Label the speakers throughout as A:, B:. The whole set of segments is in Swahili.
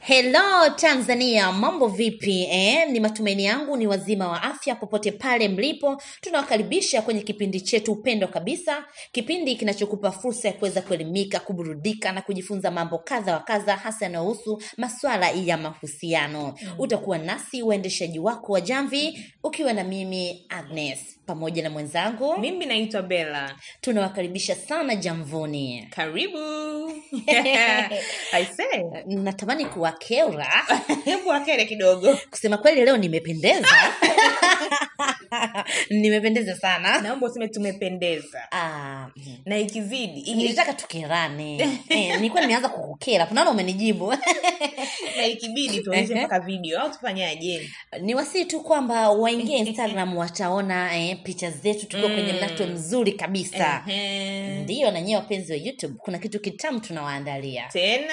A: Hello Tanzania, mambo vipi eh? Ni matumaini yangu ni wazima wa afya popote pale mlipo. Tunawakaribisha kwenye kipindi chetu upendo kabisa, kipindi kinachokupa fursa ya kuweza kuelimika, kuburudika na kujifunza mambo kadha wa kadha, hasa yanayohusu masuala ya mahusiano. Utakuwa nasi uendeshaji wako wa jamvi, ukiwa na mimi Agnes pamoja na mwenzangu.
B: mimi naitwa bela
A: Tunawakaribisha sana jamvuni.
B: karibu aisee
A: Eh, Natamani kuwakera
B: hebu akele kidogo
A: Kusema kweli leo nimependeza, nimependeza sana.
B: naomba useme tumependeza
A: Ah, mhm.
B: na ikizidi ili-
A: Nilitaka tukerane eh, nilikuwa nimeanza kukukera, kunaona umenijibu.
B: na ikibidi tuonyeshe
A: Ehe.
B: mpaka video au tufanyaje
A: Ni wasii tu kwamba waingie Instagram wataona eh, picha zetu tukiwa kwenye
B: Mm. Mm-hmm.
A: mnato mzuri kabisa.
B: Ehe.
A: Ndiyo, na nyewe wapenzi wa YouTube, kuna kitu kitamu tunawaandalia.
B: tena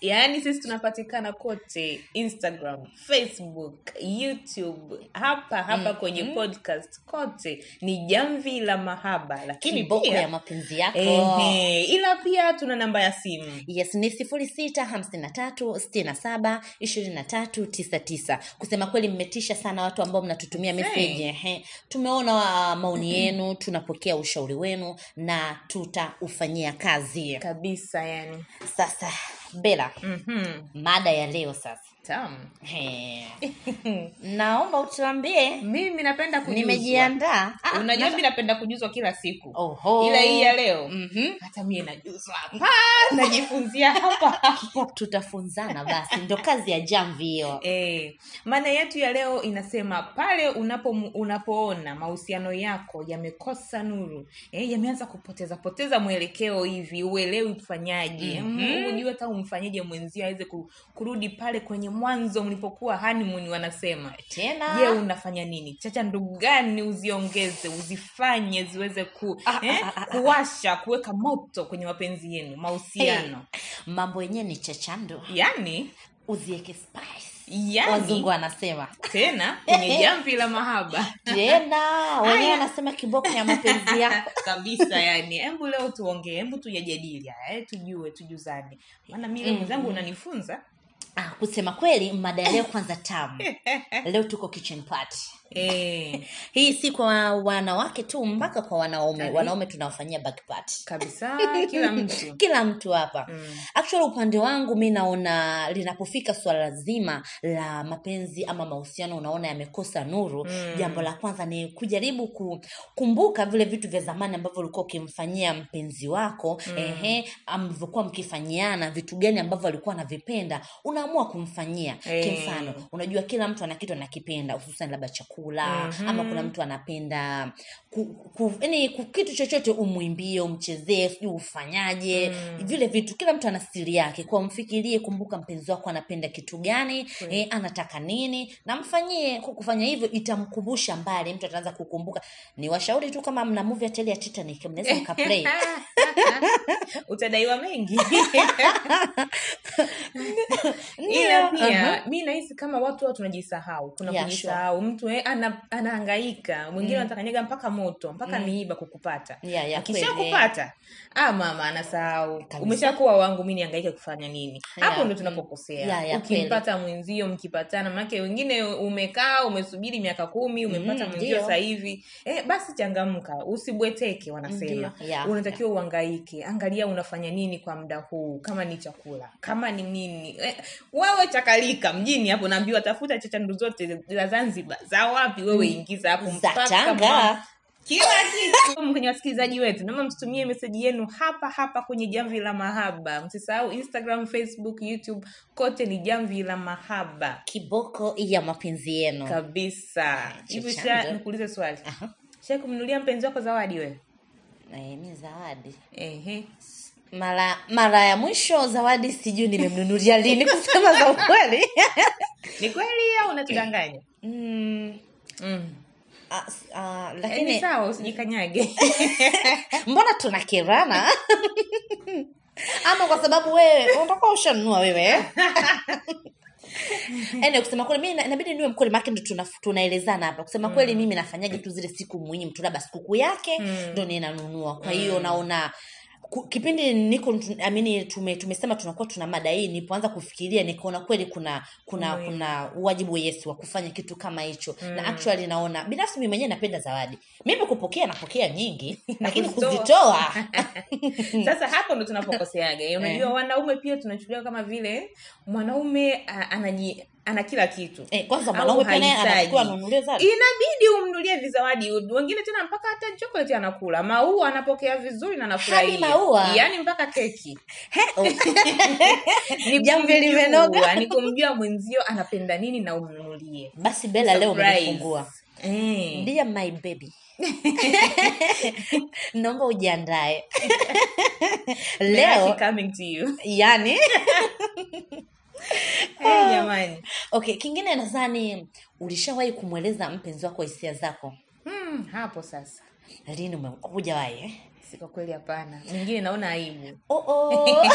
B: yaani sisi tunapatikana kote instagram facebook youtube hapa hapa kwenye podcast kote ni jamvi la mahaba lakini
A: Kiboko ya
B: pia
A: mapenzi yako
B: ehe, ila pia tuna namba ya simu
A: yes ni sifuri sita hamsini na tatu sitini na saba ishirini na tatu tisa tisa kusema kweli mmetisha sana watu ambao mnatutumia meseji ehe. tumeona ah, maoni yenu tunapokea ushauri wenu na tutaufanyia kazi
B: kabisa yaani. yani
A: sasa bela
B: mm-hmm.
A: mada ya leo sasa
B: tamu
A: Ehe. naomba utuambie
B: mimi napenda kujuzwa.
A: nimejiandaa Ah, Oh.
B: unajua
A: na-
B: mimi napenda kujuzwa kila siku
A: Oho.
B: ila hii ya leo
A: Mhm.
B: hata mie najuzwa hapa najifunzia hapa
A: tutafunzana basi ndo kazi ya jamvi hiyo
B: Eh, mada yetu ya leo inasema pale unapo unapoona mahusiano yako yamekosa nuru eh, yameanza kupoteza poteza mwelekeo hivi uelewi ufanyaje
A: Mhm.
B: mm ujue hata umfanyeje mwenzio aweze ku- kurudi pale kwenye mwanzo mlipokuwa honeymoon wanasema
A: tena
B: je unafanya nini chacha ndugu gani uziongeze uzifanye ziweze ku,
A: Ah,
B: eh,
A: ah, ah, ah.
B: kuwasha kuweka moto kwenye mapenzi yenu mahusiano
A: mambo yenyewe ni chachando
B: yani
A: uzieke spice
B: Yaani?
A: wazungu
B: yani
A: wanasema
B: tena kwenye jamvi la mahaba
A: tena wenyewe
B: Aya.
A: wanasema kiboko ya mapenzi yako
B: kabisa yani hebu leo tuongee hebu tuyajadili haya eh, tujue tujuzane maana mi leo
A: Mm.
B: mwenzangu unanifunza
A: ah, kusema kweli mada ya leo kwanza tamu leo tuko kitchen party
B: eh,
A: hii si kwa wanawake tu mpaka kwa wanaume
B: Kali.
A: wanaume tunawafanyia back party
B: kabisa kila mtu
A: kila mtu hapa
B: mm.
A: actually upande wangu mi naona linapofika swala zima la mapenzi ama mahusiano unaona yamekosa nuru
B: Mm.
A: jambo la kwanza ni kujaribu kukumbuka vile vitu vya zamani ambavyo ulikuwa ukimfanyia mpenzi wako
B: Mm.
A: ehe mlivyokuwa mkifanyiana vitu gani ambavyo alikuwa anavipenda unaamua kumfanyia
B: Eh.
A: kimfano unajua kila mtu ana kitu anakipenda hususan labda chakula
B: Mhm.
A: ama kuna mtu anapenda ku, ku, yani, ku, kitu chochote umwimbie umchezee sijui ufanyaje
B: Mm.
A: vile vitu kila mtu ana siri yake kwa mfikirie kumbuka mpenzi wako anapenda kitu gani
B: Kweli.
A: eh, anataka nini na mfanyie kwa kufanya hivyo itamkumbusha mbali mtu ataanza kukumbuka ni washauri tu kama mna movie ya tele ya titanic mnaweza mkaplay
B: utadaiwa mengi ila
A: Ndio.
B: pia
A: Aha.
B: mi nahisi kama watu wao tunajisahau kuna
A: Yeah,
B: kujisahau mtu eh, ana, anahangaika mwingine
A: Mm.
B: anatanganyaga mpaka moto mpaka
A: Mm.
B: miiba kukupata
A: Yeah, yeah, kweli.
B: akishakupata ah, mama anasahau
A: Kabisa.
B: umeshakuwa wangu mi niangaike kufanya nini
A: Yeah.
B: hapo ndo tunapokosea
A: Yeah, yeah,
B: ukimpata mwenzio mkipatana manake wengine umekaa umesubiri miaka kumi umempata
A: Mm,
B: mwenzio
A: ndio.
B: sasa hivi eh, basi changamka usibweteke wanasema
A: Ndio, yeah,
B: unatakiwa uhangaike angalia unafanya nini kwa muda huu kama ni chakula kama ni nini eh, wewe chakalika mjini hapo naambiwa tafuta chachandu zote za zanzibar za wapi wewe ingiza hapo
A: Mm. za
B: mpaka
A: tanga
B: kila kitu kwenye wasikilizaji wetu naomba mtutumie meseji yenu hapa hapa kwenye jamvi la mahaba msisahau instagram facebook youtube kote ni jamvi la mahaba
A: kiboko ya mapenzi yenu
B: kabisa hivi sha
A: Chachandu.
B: nikuulize swali
A: Aha.
B: sha kumnulia mpenzi wako zawadi wewe
A: Eh, mi zawadi
B: ehe
A: mara mara ya mwisho zawadi sijui nimemnunulia lini kusema za ukweli
B: ni kweli au unatudanganya
A: mm,
B: mm.
A: a, a,
B: Eh,
A: Ah, lakini eh,
B: ni sawa usijikanyage
A: mbona tunakerana ama kwa sababu wewe utakuwa ushanunua wewe ene kusema kweli mi na- inabidi niwe mkweli maake ndo tuna- tunaelezana hapa kusema
B: Mm.
A: kweli mimi nafanyaje tu zile siku muhimu tu labda sikukuu yake
B: Mm.
A: ndo ninanunua kwa hiyo naona ku- kipindi niko tu- amini tume, tumesema tunakuwa tuna mada hii nilipoanza kufikiria nikaona kweli kuna kuna
B: Mm.
A: kuna wajibu yesu wa kufanya kitu kama hicho mm. na
B: Mm.
A: actually naona binafsi mimi mwenyewe napenda zawadi mimi kupokea napokea nyingi lakini
B: kuzitoa.
A: kuzitoa
B: sasa hapo ndo tunapokoseaga unajua
A: Eh.
B: wanaume pia tunachukulia kama vile mwanaume a- anaji ana kila kitu
A: eh, kwanza
B: Au
A: mwanaume pia naye
B: hahitaji.
A: anatakiwa anunuliwe zawadi
B: inabidi umnulie vizawadi wengine tena mpaka hata chocolate anakula maua anapokea vizuri na anafurahia
A: Hadi maua?
B: yaani mpaka keki
A: Oh.
B: Ni
A: Jambo
B: kumjua,
A: limenoga.
B: ni kumjua mwenzio anapenda nini na umnulie
A: basi bela leo
B: Surprise.
A: umenifungua
B: Eh.
A: dear my baby naomba ujiandae leo
B: Meraki coming to you.
A: yani
B: Eh, jamani
A: okay kingine nadhani ulishawahi kumweleza mpenzi wako hisia zako
B: hmm, hapo sasa
A: lini ume- hujawahi eh?
B: Si kwa kweli hapana Eh, mingine naona aibu
A: Oh, oh.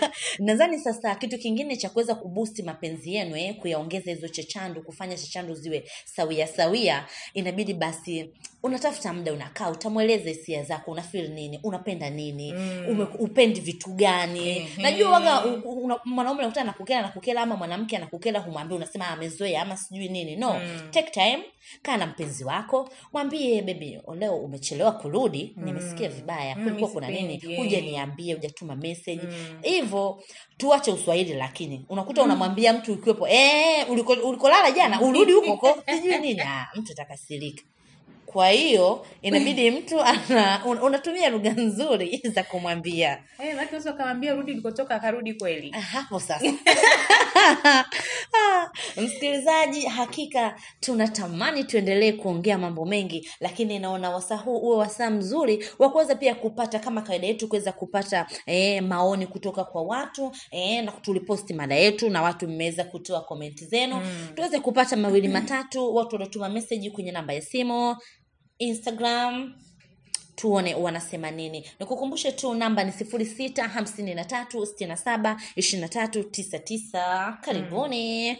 A: nadhani sasa kitu kingine cha kuweza kubusti mapenzi yenu eh, kuyaongeza hizo chechandu kufanya chechandu ziwe sawia sawia inabidi basi unatafuta muda unakaa utamweleza hisia zako unafil nini unapenda nini
B: Mm.
A: ume, upendi vitu gani
B: Mhm.
A: najua waga u- u- una- mwanaume nakuta anakukela anakukela ama mwanamke anakukela humwambia unasema "Ah, amezoea ama sijui nini no
B: Mm.
A: take time kaa na mpenzi wako mwambie bebi leo umechelewa kurudi nimesikia
B: Mm.
A: vibaya
B: Mm,
A: kulikuwa kuna
B: sipendi,
A: nini
B: eh.
A: huja niambie hujatuma message
B: Mm.
A: hivyo tuache uswahili lakini unakuta unamwambia mtu ukiwepo eh, uliko- ulikolala jana urudi huko huko sijui nini ah, mtu atakasirika kwa hiyo inabidi mtu ana un, unatumia lugha nzuri za kumwambia
B: Eh, maana unaweza ukamwambia rudi ulikotoka akarudi kweli
A: Ah, hapo sasa Ah, msikilizaji hakika tunatamani tuendelee kuongea mambo mengi lakini naona wasaa huu uwe wasaa mzuri wa kuweza pia kupata kama kawaida yetu kuweza kupata eh, maoni kutoka kwa watu eh, na tuliposti mada yetu na watu mmeweza kutoa komenti zenu
B: Mm.
A: tuweze kupata mawili matatu watu waliotuma meseji kwenye namba ya simu instagram tuone wanasema nini nikukumbushe tu namba ni sifuri sita hamsini na tatu sitini na saba ishirini na tatu tisa tisa karibuni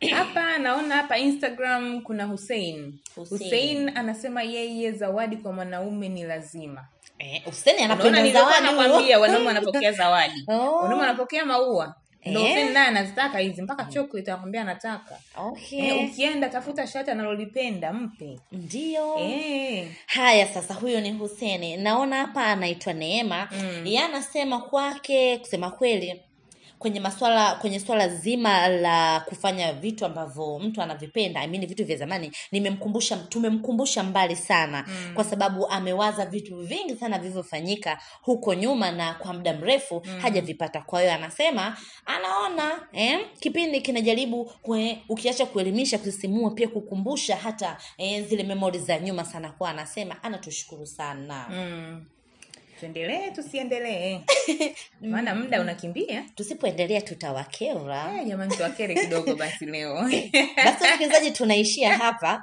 B: Hmm. hapa naona hapa instagram kuna hussein
A: Hussein.
B: hussein anasema yeye zawadi kwa mwanaume ni lazima
A: Eh, useni
B: Unaona,
A: anapenda
B: nilikuwa
A: zawadi
B: nakwambia
A: huyo.
B: wanaume wanapokea zawadi
A: Oh.
B: wanaume wanapokea maua ndo
A: Eh. Mm.
B: Hussein naye anazitaka hizi mpaka chocolate anakwambia anataka
A: okay
B: Eh, ukienda tafuta shati analolipenda mpe
A: ndio
B: Eh.
A: haya sasa huyo ni huseni naona hapa anaitwa neema mm.
B: Mm.
A: ye anasema kwake kusema kweli kwenye maswala kwenye swala zima la kufanya vitu ambavyo mtu anavipenda I mean vitu vya zamani nimemkumbusha tumemkumbusha mbali sana mm. kwa sababu amewaza vitu vingi sana vilivyofanyika huko nyuma na kwa muda mrefu mm. hajavipata kwa hiyo anasema anaona eh, kipindi kinajaribu kwe, ukiacha kuelimisha kusisimua pia kukumbusha hata eh, zile memori za nyuma sana kwa anasema anatushukuru sana mm.
B: Mm. tuendelee tusiendelee maana muda unakimbia
A: tusipoendelea tutawakera
B: Eh, jamani tuwakere kidogo basi leo
A: basi msikilizaji tunaishia hapa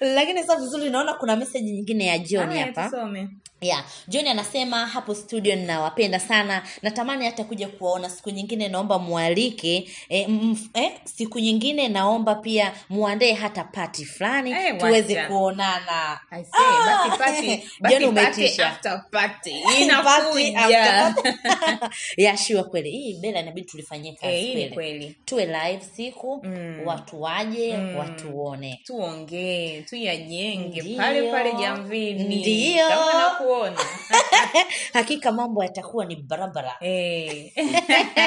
A: lakini sasa vizuri naona kuna meseji nyingine ya john
B: Haya,
A: hapa
B: tusome
A: yeah. john anasema hapo studio ninawapenda sana natamani hata kuja kuwaona siku nyingine naomba mwalike e, mf, e, siku nyingine naomba pia muandae hata pati fulani
B: Eh, wacha.
A: tuweze kuonana
B: I say,
A: Ah!
B: basi party-
A: John
B: basi party
A: umeitisha.
B: after party
A: Party after
B: inakuja.
A: party. ya shua kweli hii bela inabidi tulifanyie kazi
B: Eh, hii ni
A: kweli
B: kweli
A: tuwe live siku
B: Mm.
A: watu waje
B: Mm.
A: watuone
B: tuongee tuyajenge
A: Ndiyo.
B: pale pale jamvini
A: Ndiyo.
B: Kama nakuona
A: hakika mambo yatakuwa ni barabara
B: Eh.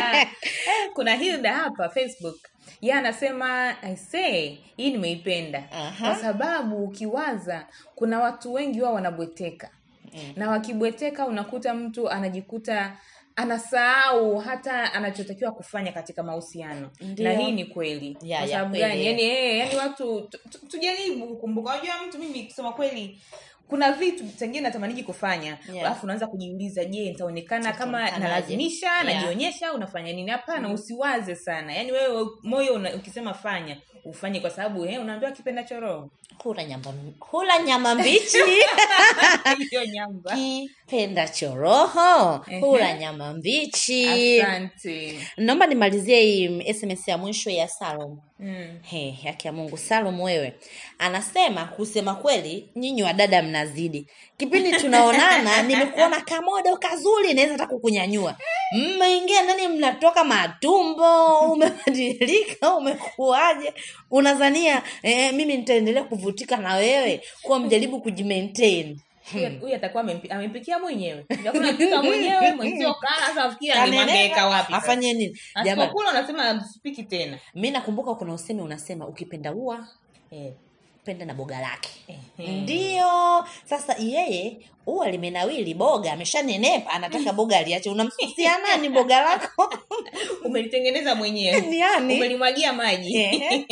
B: kuna hilda hapa facebook ye anasema aisee hii nimeipenda
A: Aha.
B: kwa sababu ukiwaza kuna watu wengi wao wanabweteka
A: Mm.
B: na wakibweteka unakuta mtu anajikuta anasahau hata anachotakiwa kufanya katika mahusiano
A: Ndiyo.
B: na hii ni kweli
A: Ya,
B: kwa
A: ya,
B: sababu
A: kweli.
B: gani yani, eh, yani watu tu- tu- tujaribu kukumbuka unajua mtu mimi kusema kweli kuna vitu pengine natamaniji kufanya
A: Yeah.
B: alafu unaanza kujiuliza je nitaonekana kama
A: Nitaonekanaje? Mm-hmm.
B: nalazimisha
A: Yeah.
B: najionyesha unafanya nini hapana usiwaze sana yani wewe moyo una, ukisema fanya ufanye kwa sababu eh, unaambiwa kipenda choroho
A: hula nyama, hula nyama mbichi
B: hiyo nyamba
A: kipenda choroho
B: Ehe.
A: hula nyama mbichi
B: asante
A: naomba nimalizie hii sms ya mwisho ya salom
B: mm.
A: He, haki ya mungu salum wewe anasema kusema kweli nyinyi wadada mna unazidi kipindi tunaonana nimekuona kamodo kazuri naweza hata kukunyanyua mmeingia ndani mnatoka matumbo umebadilika umekuaje unazania eh, mimi nitaendelea kuvutika na wewe kuwa mjaribu kujimaintain
B: Huyu-
A: Hmm.
B: huyu atakuwa amempi- amempikia mwenyewe vyakula pika mwenyewe mwenzio kala sasa fikia ni mameka wapi sasa?
A: afanye nini jamani
B: asipokula unasema spiki tena
A: mi nakumbuka kuna usemi unasema ukipenda ua eh, penda na boga lake ndio sasa yeye ua limenawili boga ameshanenepa anataka boga aliache unamsusia nani boga lako
B: umelitengeneza mwenyewe
A: ni Eh. yani
B: umelimwagia maji
A: Ehe.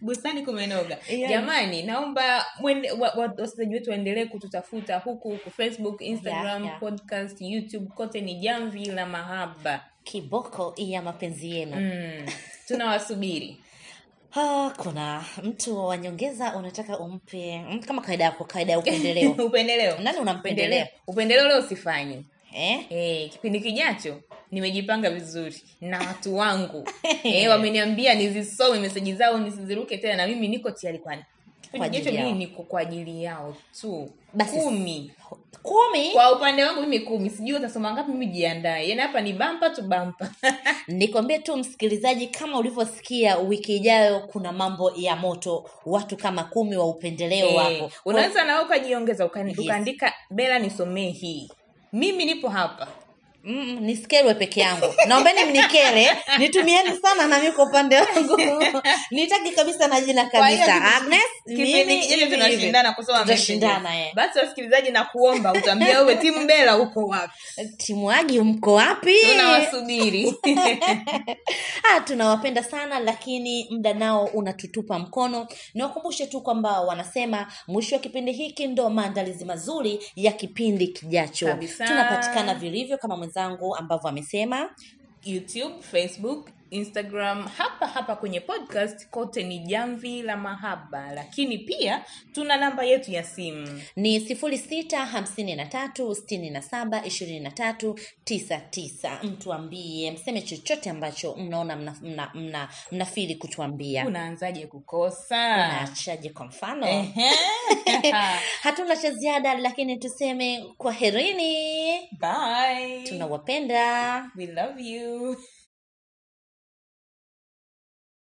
B: bustani kumenoga
A: Yeah.
B: jamani naomba mwende- wa- wa- wasikilizaji wetu waendelee kututafuta huku huku facebook instagram
A: Yeah, yeah.
B: podcast youtube kote ni jamvi la mahaba
A: kiboko ya mapenzi yenu
B: mm. tunawasubiri
A: Ah, kuna mtu wa nyongeza unataka umpe mm, kama kawaida yako kawaida ya upendeleo nani
B: upendeleo upendeleo
A: unampendelea
B: upendeleo leo usifanye
A: eh?
B: Eh, kipindi kijacho nimejipanga vizuri na watu wangu eh, wameniambia nizisome meseji zao nisiziruke tena na mimi niko tayari kwani
A: Kwa
B: kipindi
A: ajili
B: kijacho mimi
A: yao.
B: niko kwa ajili yao tu
A: Basi.
B: kumi
A: kumi
B: kwa upande wangu mimi kumi sijui utasoma ngapi mimi jiandae yaani hapa ni bampa tu bampa
A: nikwambie tu msikilizaji kama ulivyosikia wiki ijayo kuna mambo ya moto watu kama kumi wa upendeleo
B: eh,
A: wako
B: unaweza nawe ukajiongeza uka-
A: Yes.
B: ukaandika bela nisomee hii mimi nipo hapa
A: Mm, nisikelwe peke yangu naombeni mnikele nitumieni sana na miko upande wangu nitaki kabisa na jina
B: Kwa hiyo
A: kabisa
B: kipi-
A: Agnes mimi
B: kipindi
A: hivi
B: kijacho
A: hivi.
B: tunashindana kusoma
A: Tutashindana,
B: message.
A: eh.
B: basi wasikilizaji na kuomba utaambia wewe timu bela uko wapi
A: timu agi mko wapi
B: tunawasubiri
A: Ah, tunawapenda sana lakini muda nao unatutupa mkono niwakumbushe tu kwamba wanasema mwisho wa kipindi hiki ndo maandalizi mazuri ya kipindi kijacho
B: Kabisa.
A: tunapatikana vilivyo kama mwenzangu ambavyo amesema
B: youtube facebook instagram hapa hapa kwenye podcast kote ni jamvi la mahaba lakini pia tuna namba yetu ya simu
A: ni sifuri sita hamsini na tatu sitini na saba ishirini na tatu tisa tisa mtuambie mseme chochote ambacho mnaona mnafili mna, mna, mna mnafili kutuambia
B: unaanzaje kukosa
A: unaachaje kwa mfano
B: Ehe.
A: hatuna cha ziada lakini tuseme kwa herini
B: Bye.
A: tunawapenda
B: we love you